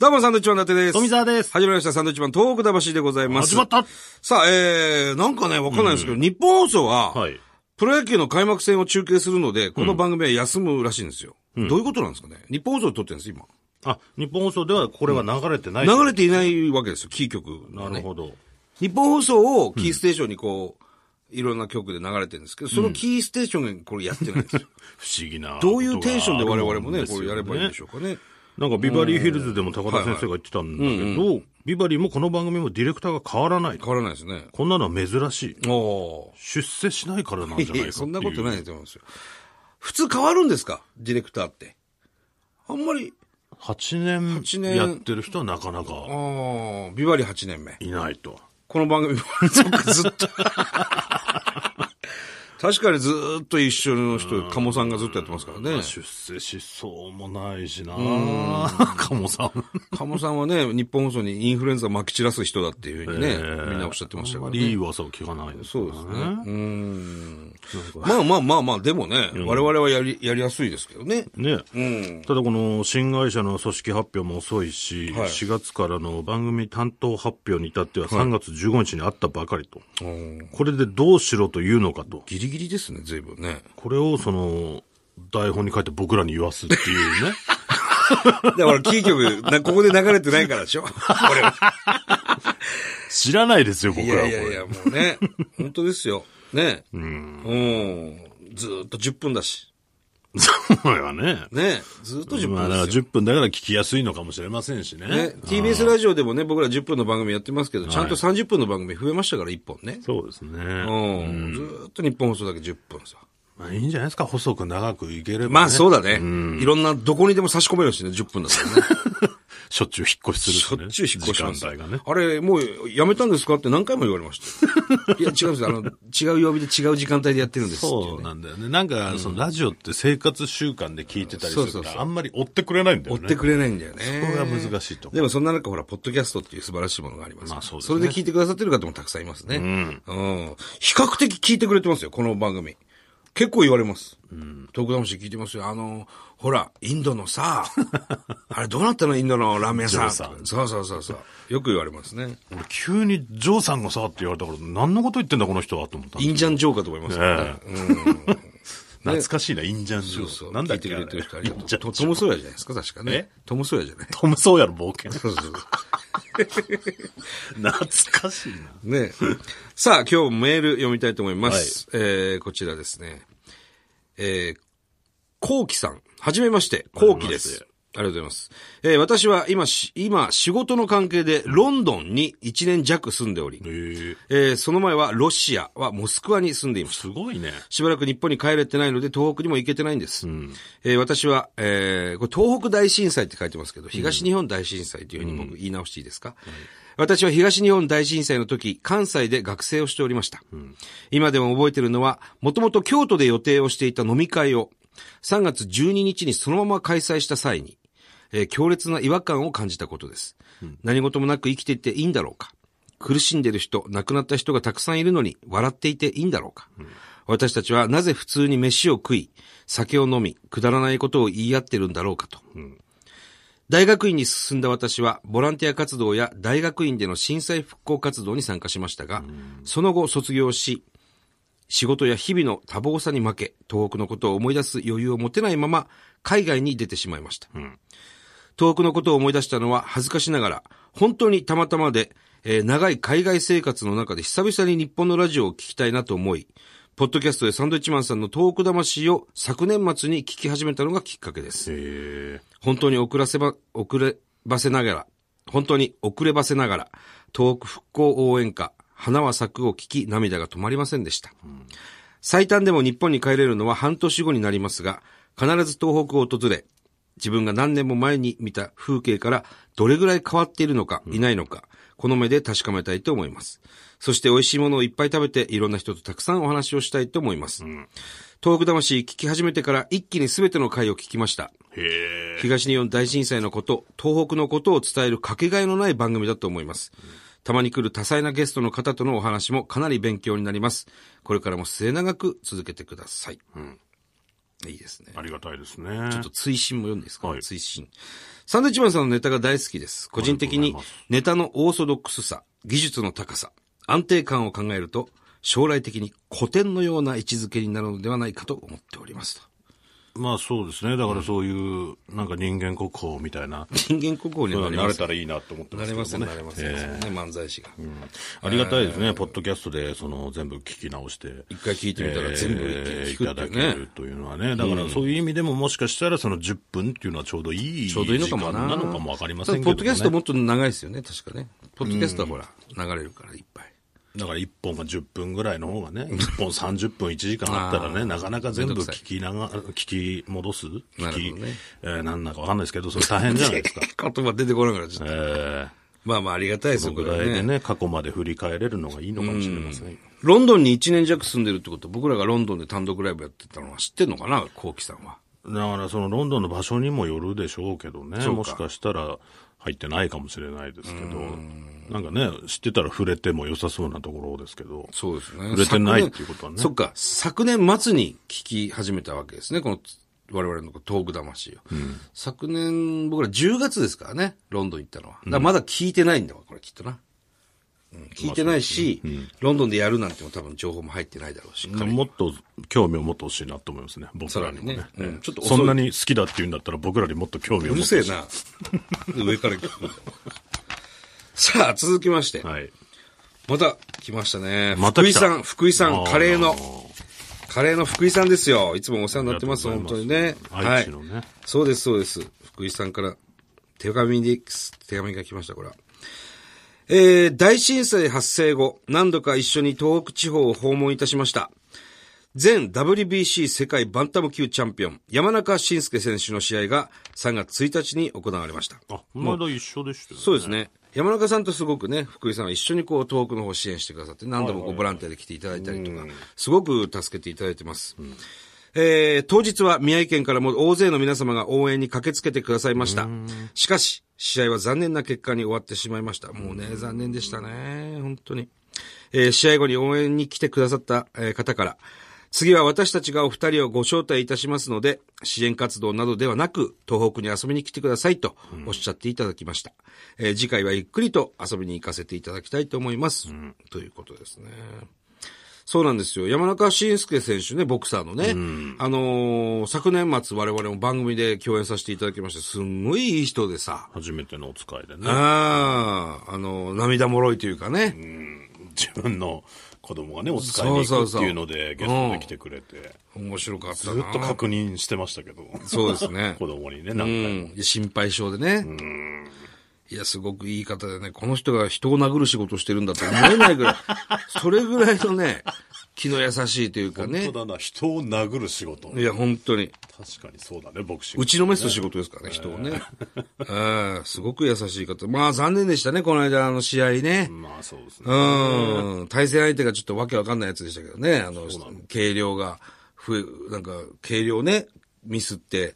どうも、サンドイッチマン伊達です。富澤です始まりました、サンドイッチマン東北魂でございます。始まったさあ、えー、なんかね、わかんないんですけど、日本放送は、はい。プロ野球の開幕戦を中継するので、この番組は休むらしいんですよ。どういうことなんですかね日本放送で撮ってるんです、今。あ、日本放送ではこれは流れてない。流れていないわけですよ、キー曲、なるほど。日本放送をキーステーションにこう、いろんな曲で流れてるんですけど、そのキーステーションがこれやってないんですよ。不思議な。 どういうテンションで我々もね、これやればいいんでしょうかね。う。なんかビバリーヒルズでも高田先生が言ってたんだけど、ビバリーもこの番組もディレクターが変わらない。変わらないですね。こんなのは珍しい。お出世しないからなんじゃないかっていー。う。そんなことないと思うんですよ。普通変わるんですかディレクターって。あんまり、 8八年年やってる人はなかなかああ、ビバリー8年目。いないと。この番組も、そっかずっ と。確かにずーっと一緒の人、鴨さんがずっとやってますからね。出世しそうもないしなかもさん。鴨さんはね、日本放送にインフルエンザ撒き散らす人だっていうふうにね、ええみんなおっしゃってましたからね。いい噂を聞かないですそうねですね。うーん。まあまあまあまあ、でもね、我々はやり、やりやすいですけどね。ね。うん。ただこの新会社の組織発表も遅いし、はい4月からの番組担当発表に至っては3月15日にあったばかりと。これでどうしろというのかと。ギリギリですね、随分ね。これをその、台本に書いて僕らに言わすってい うね。だから、キー局、なここで流れてないからでしょ 俺は。知らないですよ、僕いらはやこいやれ。いや、もうね。本当ですよ。ね。うん。ずーっと10分だし。それはね。ね。ずーっと10ま分あ、だからですよ。 10分だから聞きやすいのかもしれませんしね。ね、TBS ラジオでもね、僕ら10分の番組やってますけど、ちゃんと30分の番組増えましたから、1本ね。そうですね。うん。ずーっと日本放送だけ10分さ。まあ、いいんじゃないですか、細く長くいければ、ね。まあそうだね。いろんな、どこにでも差し込めるしね、10分だからね。しょっちゅう引っ越ししすょる、ね。っちゅう引っ越します時間帯がね。あれ、もうやめたんですかって何回も言われました。いや、違うんですよ。あの、違う曜日で違う時間帯でやってるんですっていそううね。なんだよね。なんか、そのラジオって生活習慣で聞いてたりするそうかそうら、あんまり追ってくれないんだよ追ね。ってくれないんだよね。そこが難しいと思うでもそんな中、ほら、ポッドキャストっていう素晴らしいものがあります。まあそうですねそれで聞いてくださってる方もたくさんいますね。うん。うん。比較的聞いてくれてますよ、この番組。結構言われます。うん。トーク魂聞いてますよ。あの、ほら、インドのさ、 あれどうなったのインドのラーメン屋さん。ジョーさそうそうそうそう。よく言われますね。俺急にジョーさんがさって言われたから、何のこと言ってんだこの人はと思ったんだインジャンジョーかと思いますよね。ええ懐かしいな、インジャンジョー。そう。なんだっけ聞いてくれてる人ありがインとう。ジャンジョトートム・ソーヤじゃないですか、確かね。トム・ソーヤじゃない。トム・ソーヤの冒険。そうそうそう。懐かしいな。 ね。さあ、今日メール読みたいと思います。えー、こちらですね。えー、コウキさん。はじめまして、コウキではじめましすて。ありがとうございます。えー、私は今し、今、仕事の関係でロンドンに1年弱住んでおりえ、ー、えー、その前はロシアはモスクワに住んでいました。すごいね。しばらく日本に帰れてないので、東北にも行けてないんです。えー私は、えーこれ東北大震災って書いてますけど、東日本大震災というふうに僕言い直していいですか、私は東日本大震災の時、関西で学生をしておりました。今でも覚えてるのは、もともと京都で予定をしていた飲み会を、3月12日にそのまま開催した際に、えー強烈な違和感を感じたことです。何事もなく生きていていいんだろうか苦しんでる人、亡くなった人がたくさんいるのに、笑っていていいんだろうか、私たちはなぜ普通に飯を食い、酒を飲み、くだらないことを言い合ってるんだろうかと。大学院に進んだ私は、ボランティア活動や大学院での震災復興活動に参加しましたが、その後卒業し、仕事や日々の多忙さに負け、東北のことを思い出す余裕を持てないまま、海外に出てしまいました。東北のことを思い出したのは恥ずかしながら、本当にたまたまで、えー長い海外生活の中で久々に日本のラジオを聞きたいなと思い、ポッドキャストでサンドイッチマンさんの東北魂を昨年末に聞き始めたのがきっかけです。え本当に遅らせば、遅ればせながら、本当に遅ればせながら、東北復興応援歌、花は咲くを聞き涙が止まりませんでした。最短でも日本に帰れるのは半年後になりますが、必ず東北を訪れ、自分が何年も前に見た風景からどれぐらい変わっているのか、いないのか、この目で確かめたいと思います。そして美味しいものをいっぱい食べて、いろんな人とたくさんお話をしたいと思います。東北魂聞き始めてから一気に全ての回を聞きました。ー、へえ東日本大震災のこと、東北のことを伝えるかけがえのない番組だと思います。たまに来る多彩なゲストの方とのお話もかなり勉強になります。これからも末永く続けてください。いいですね。ありがたいですね。ちょっと追伸も読んでいいですか、はい追伸。サンドイッチマンさんのネタが大好きです。個人的ありにがとうございネタのオーソドックスさ、技術の高さ、安定感を考えると、将来的に古典のような位置づけになるのではないかと思っておりますと。まあそうですね。だからそういう、なんか人間国宝みたいな、人間国宝にそういはうなりまのになれせん。たらいいなと思ってまなすれまけどね。せん、なれません。えそえうですね漫才師が。ありがたいですね。ポッドキャストで、その全部聞き直して。一回聞いてみたら全部えー聞いくたってだいうけね。るというのはね。だからそういう意味でももしかしたらその10分っていうのはちょうどいいちょうどいいのかもな。時間なのかもわかりませんけただど、ね。ポッドキャストもっと長いですよね、確かね。ポッドキャストはほら、流れるからいっぱい。だから1本が10分ぐらいの方がね、1本30分1時間あったらね、なかなか全部聞きなが、聞き戻すなる聞き、ほどねえーなんだかわかんないですけど、それ大変じゃな いですか。言葉出てこなくなっちゃっえた。ーまあまあありがたいですよ、そのぐこられいでね。ね、過去まで振り返れるのがいいのかもしれませんよ。ロンドンに1年弱住んでるってこと、僕らがロンドンで単独ライブやってたのは知ってんのかな、コウキさんは。だからそのロンドンの場所にもよるでしょうけどね、もしかしたら入ってないかもしれないですけど、なんかね、知ってたら触れても良さそうなところですけど、そうですね。触れてないっていうことは昨ね年そっか、昨年末に聞き始めたわけですね、この我々のトーク魂を。昨年、僕ら10月ですからね、ロンドン行ったのは。だからまだ聞いてないんだわ、これきっとな。うん聞いてないし、ロンドンでやるなんても多分情報も入ってないだろうし。もっと興味を持ってほしいなと思いますね、僕らにもね。さらにねうんちょっと遅いそんなに好きだって言うんだったら僕らにもっと興味をう持ってるほしいせえ。な。上から聞く。さあ、続きまして。はい。また来ましたね。また来福井たさん、福井さあん、ーカレーの、カレーの福井さんですよ。いつもお世話になってます、あり本がと当うにございねます。は愛い知のね。そうです、そうです。福井さんから手紙です、手紙が来ました、これは。えー、大震災発生後、何度か一緒に東北地方を訪問いたしました。前 WBC 世界バンタム級チャンピオン、山中慎介選手の試合が3月1日に行われました。あ、まだ一緒でしたよね。そうですね。山中さんとすごくね、福井さんは一緒にこう、東北の方支援してくださって、何度もこう、ボランティアで来ていただいたりとか、すごく助けていただいてます。えー、当日は宮城県からも大勢の皆様が応援に駆けつけてくださいました。しかし、試合は残念な結果に終わってしまいました。もうね、残念でしたね。本当に。えー試合後に応援に来てくださった、えー方から、次は私たちがお二人をご招待いたしますので、支援活動などではなく、東北に遊びに来てくださいとおっしゃっていただきました。えー次回はゆっくりと遊びに行かせていただきたいと思います。ということですね。そうなんですよ。山中慎介選手ね、ボクサーのね、あのー昨年末我々も番組で共演させていただきまして、すんごいいい人でさ、初めてのお使いでね。ああ、あのー涙もろいというかね、自分の子供がね、お使いに行くっていうので、ゲストで来てくれて、面白かったずな。っと確認してましたけど。。そうですね 子供にね、う何回も。ん。心配性でね。いや、すごくいい方でね、この人が人を殴る仕事してるんだと思えないぐらい、それぐらいのね、気の優しいというかね本。当だな、人を殴る仕事。いや、本当に。確かにそうだね、ボクシング。打ちのめす仕事ですからね、人をね。ああすごく優しい方。まあ、残念でしたね、この間、あの試合ね。まあそうですね。うん。対戦相手がちょっとわけわかんないやつでしたけどね。あの、軽量が、ふえなんか、軽量ね、ミスって、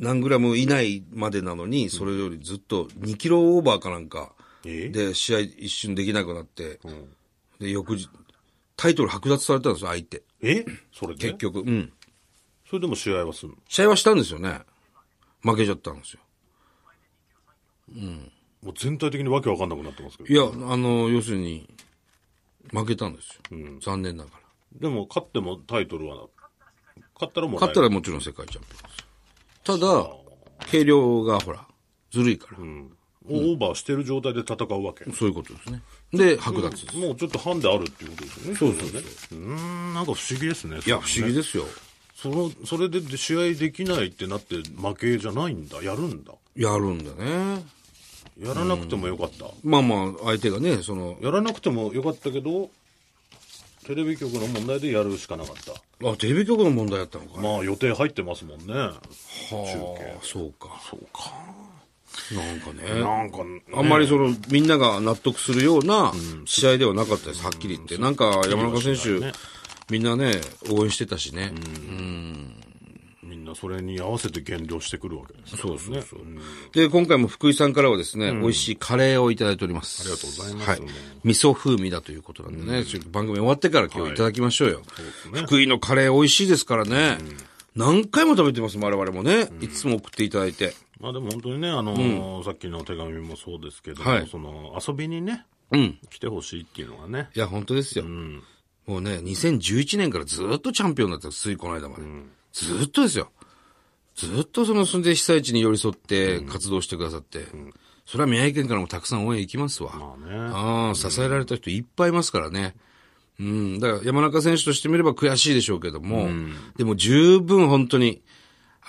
何グラム以内までなのに、それよりずっと2キロオーバーかなんか、えで、試合一瞬できなくなって、で、翌日、タイトル剥奪されたんですよ、相手。えそれで結局、うん。それでも試合はすんの試合はしたんですよね。負けちゃったんですよ。もう全体的にわけわかんなくなってますけど。いや、あの、要するに、負けたんですよ。残念ながら。でも勝ってもタイトルは、勝ったらもら勝えるったらもちろん世界チャンピオンですよ。ただ、軽量がほら、ずるいから。オーバーしてる状態で戦うわけ。そういうことですね。で、剥奪です。もうちょっとハンデあるっていうことですよね。そうそうね。うーん、なんか不思議ですね。いや、不思議ですよ。その、それで試合できないってなって負けじゃないんだ。やるんだ。やるんだね。やらなくてもよかった。まあまあ、相手がね、その、やらなくてもよかったけど、テレビ局の問題でやるしかなかった。あ、テレビ局の問題だったのか。まあ予定入ってますもんね。はあ、そうか。そうか。なんかね。なんか、ね、あんまりその、みんなが納得するような試合ではなかったです、はっきり言って。なんか、山中選手、みんなね、応援してたしね。みんなそれに合わせて減量してくるわけです、ね。そうですね。で、今回も福井さんからはですね、美味しいカレーをいただいております。ありがとうございます。はい。味噌風味だということなんでね、ちょっと番組終わってから今日いただきましょうよ。ね福井のカレー美味しいですからね。何回も食べてます、我々もね。いつも送っていただいて。まあでも本当にね、あのーさっきの手紙もそうですけども、はいその遊びにね、うん。来てほしいっていうのはね、いや、本当ですよ。うん、もうね、2011年からずっとチャンピオンだったんですついこの間まで。ずっとですよ。ずっとその、そんで被災地に寄り添って活動してくださって。それは宮城県からもたくさん応援行きますわ。まあね、ああ、支えられた人いっぱいいますからね。うん。だから山中選手としてみれば悔しいでしょうけども、でも十分本当に、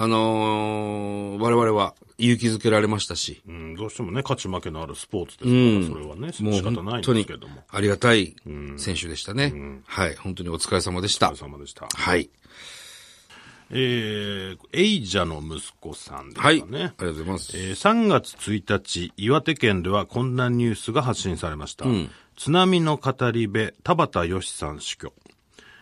あのー我々は勇気づけられましたし、うん、どうしてもね、勝ち負けのあるスポーツですから、それはね、仕方ない本ん当でにすけども。ありがたい選手でしたね。はい。本当にお疲れ様でしたお疲。れ様でした。はい。えー、エイジャの息子さんですはかい。ね。ありがとうございます。えー3月1日、岩手県ではこんなニュースが発信されました。津波の語り部、田畑義さん死去。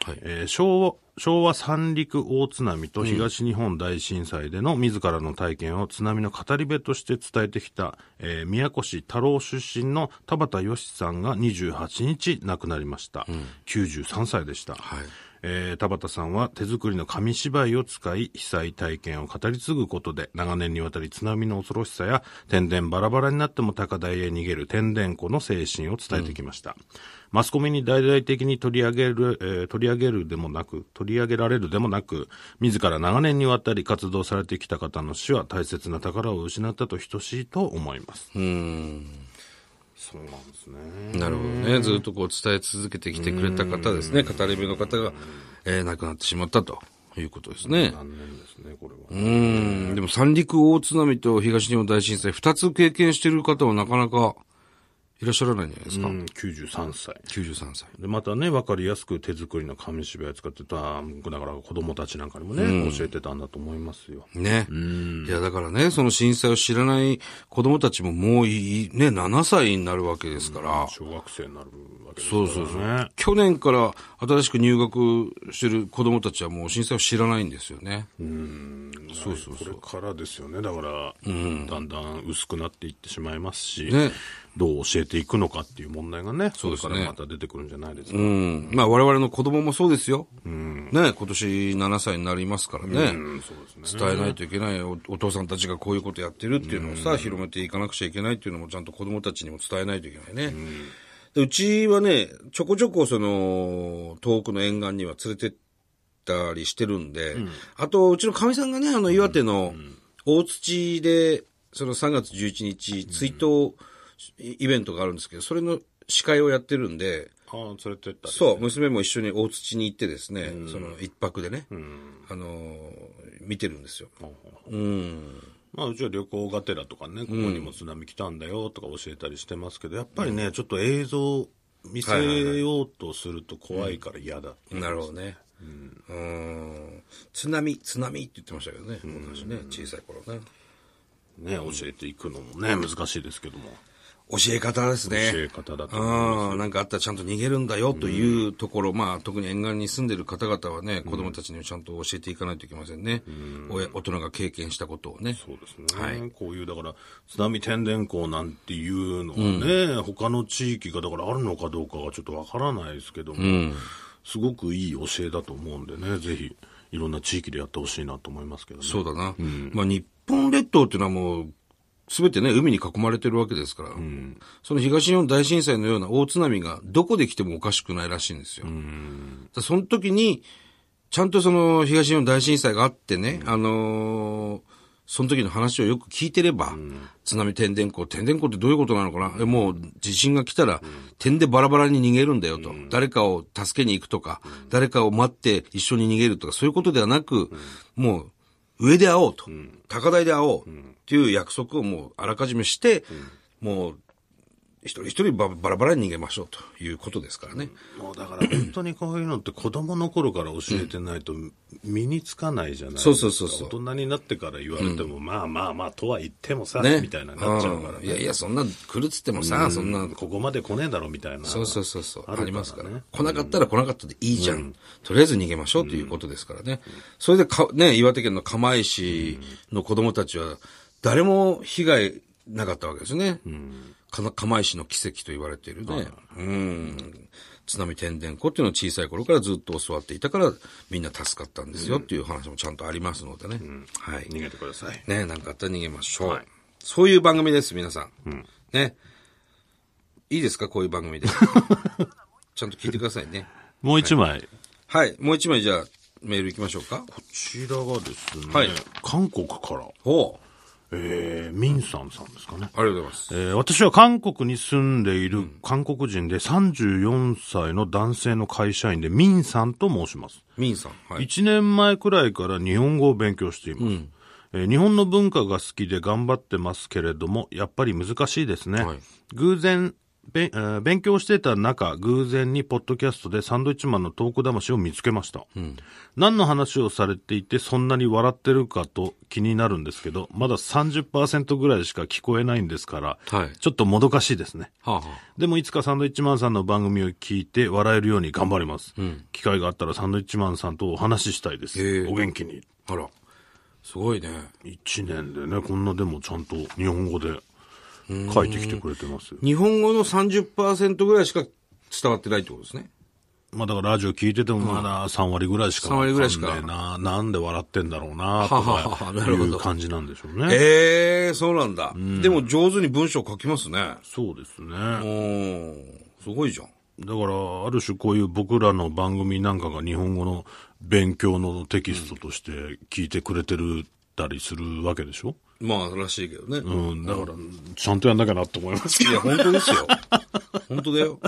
はいえー昭和昭和三陸大津波と東日本大震災での自らの体験を津波の語り部として伝えてきた、えー宮古市太郎出身の田畑義さんが28日亡くなりました、93歳でした、はいえー田畑さんは手作りの紙芝居を使い被災体験を語り継ぐことで長年にわたり津波の恐ろしさや天然バラバラになっても高台へ逃げる天然湖の精神を伝えてきました、マスコミに大々的に取り上げる、えー取り上げるでもなく取り上げられるでもなく自ら長年にわたり活動されてきた方の死は大切な宝を失ったと等しいと思いますそうなんですねなるほどね。ずっとこう伝え続けてきてくれた方ですね。語り部の方が、えー亡くなってしまったということですね。残念ですねこれは、うん。でも三陸大津波と東日本大震災、二つ経験している方はなかなかいらっしゃらないんじゃないですか。うん93歳93歳。でまたね、わかりやすく手作りの紙芝居を使ってた、だから子供たちなんかにもね、教えてたんだと思いますよ。ね。いや、だからね、その震災を知らない子供たちももういい、ね、7歳になるわけですから。小学生になるわけですからそうね。そうそう。去年から新しく入学してる子供たちはもう震災を知らないんですよね。そうそうそう。これからですよね。だから、だんだん薄くなっていってしまいますし、ねどう教えていくのかっていう問題がね、そうですねこれからまた出てくるんじゃないですか。うん。まあ我々の子供もそうですよ。ね、今年7歳になりますからね。うんそうですね。伝えないといけないおお父さんたちがこういうことやってるっていうのをさ、広めていかなくちゃいけないっていうのもちゃんと子供たちにも伝えないといけないね。でうちはね、ちょこちょこその、遠くの沿岸には連れてったりしてるんで、あと、うちのかみさんがね、あの、岩手の大土で、その3月11日、追悼イベントがあるんですけど、それの司会をやってるんで、ああ、連れてったり。そう、娘も一緒に大土に行ってですね、その一泊でね、あのー見てるんですよ。うん。まあ、うちは旅行がてらとかね、ここにも津波来たんだよとか教えたりしてますけど、やっぱりね、ちょっと映像見せようとすると怖いから嫌だってなるほどね。うん。津波、津波って言ってましたけどね、私ね、小さい頃ね。ね、教えていくのもね、難しいですけども、教え方ですね。教え方だと思いああ、なんかあったらちゃんと逃げるんだよというところ、まあ特に沿岸に住んでる方々はね、子供たちにもちゃんと教えていかないといけませんね。親大人が経験したことをね。そうですね、こういう、だから、津波天然光なんていうのはね、他の地域がだからあるのかどうかがちょっとわからないですけども、すごくいい教えだと思うんでね、ぜひ、いろんな地域でやってほしいなと思いますけどね。そうだな。まあ、日本列島っていうのはもう、すべてね、海に囲まれてるわけですから、その東日本大震災のような大津波がどこで来てもおかしくないらしいんですよ。だその時に、ちゃんとその東日本大震災があってね、あのーその時の話をよく聞いてれば、津波天然光、天然光ってどういうことなのかな、えもう地震が来たら、点でバラバラに逃げるんだよと、誰かを助けに行くとか、誰かを待って一緒に逃げるとか、そういうことではなく、もう、上で会おうと、高台で会おうっていう約束をもうあらかじめして、もう一人一人ばバラバラに逃げましょうということですからね。もうだから本当にこういうのって子供の頃から教えてないと身につかないじゃないですか。そうそうそうそう大人になってから言われても、まあまあまあとは言ってもさ、ね。みたいななっちゃうからんいやいや、そんな来るっつってもさ、そんな、ここまで来ねえだろみたいな。そうそうそうそう、るありますからね。来なかったら来なかったでいいじゃん。とりあえず逃げましょうということですからね。それでか、ね、岩手県の釜石の子供たちは、誰も被害なかったわけですね。かな釜石の奇跡と言われているね。うん。津波天然湖っていうのを小さい頃からずっと教わっていたから、みんな助かったんですよっていう話もちゃんとありますのでね。はい。逃げてください。ね、なんかあったら逃げましょう。はいそういう番組です、皆さん。ね。いいですか、こういう番組 で。ちゃんと聞いてくださいね。もう一枚。こはい。もう一枚じゃあ、メール行きましょうか。ちらがですね、はい韓国から、ほう。えー、ミンさんさんですかね。ありがとうございますえ。ー私は韓国に住んでいる韓国人で34歳の男性の会社員でミンさんと申します。ミンさん。はい。 1年前くらいから日本語を勉強しています、えー日本の文化が好きで頑張ってますけれどもやっぱり難しいですね、はい偶然べんえー勉強してた中、偶然にポッドキャストでサンドイッチマンのトーク魂を見つけました。何の話をされていてそんなに笑ってるかと気になるんですけど、まだ30%ぐらいしか聞こえないんですから、はいちょっともどかしいですね。はあ、はでもいつかサンドイッチマンさんの番組を聞いて笑えるように頑張ります。機会があったらサンドイッチマンさんとお話ししたいでへすえ。お元気に。あ、あら。すごいね。 1年でね、こんなでもちゃんと日本語で書いてきてくれてますよ。日本語の30%ぐらいしか伝わってないってことですね。まあだからラジオ聞いててもまだ3割ぐらいしか3割ぐらいしかわんねえな。なんで笑ってんだろうな、とはははかはなるいほうど感じなんでしょうね。ええー、そうなんだ。でも上手に文章書きますね。そうですおね。ー、すごいじゃん。だから、ある種こういう僕らの番組なんかが日本語の勉強のテキストとして聞いてくれてるたりするわけでしょまあ、らしいけどね。うん、だから、ちゃんとやんなきゃなって思いますけいや、本当ですよ。本当だよ。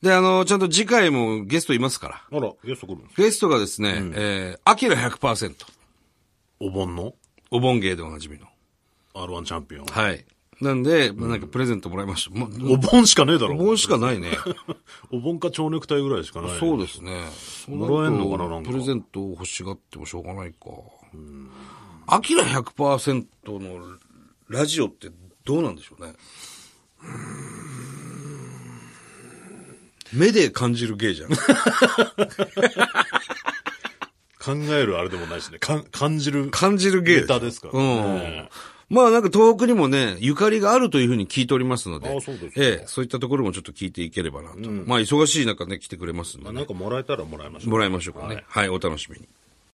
で、あの、ちゃんと次回もゲストいますから。ど。あら、ゲスト来るんですゲストがですね、えー、アキラ100%。お盆のお盆芸でおなじみの。 R1 チャンピオン。はい。なんで、なんかプレゼントもらいました。もうお盆しかねえだおろ。盆しかないね。お盆か蝶ネクタイぐらいしかない。そうですね。もらえんのかななんかプレゼントを欲しがってもしょうがないか。アキラ100%のラジオってどうなんでしょうね。目で感じる芸じゃん。考えるあれでもないしね。かん感じる。感じる芸ネタですからうねん。まあなんか東北にもね、ゆかりがあるというふうに聞いておりますので。あそうですかええ、そういったところもちょっと聞いていければなと。まあ忙しい中ね、来てくれますんでね、なんかもらえたらもらいましょう。もらいましょうかね。はい、お楽しみに。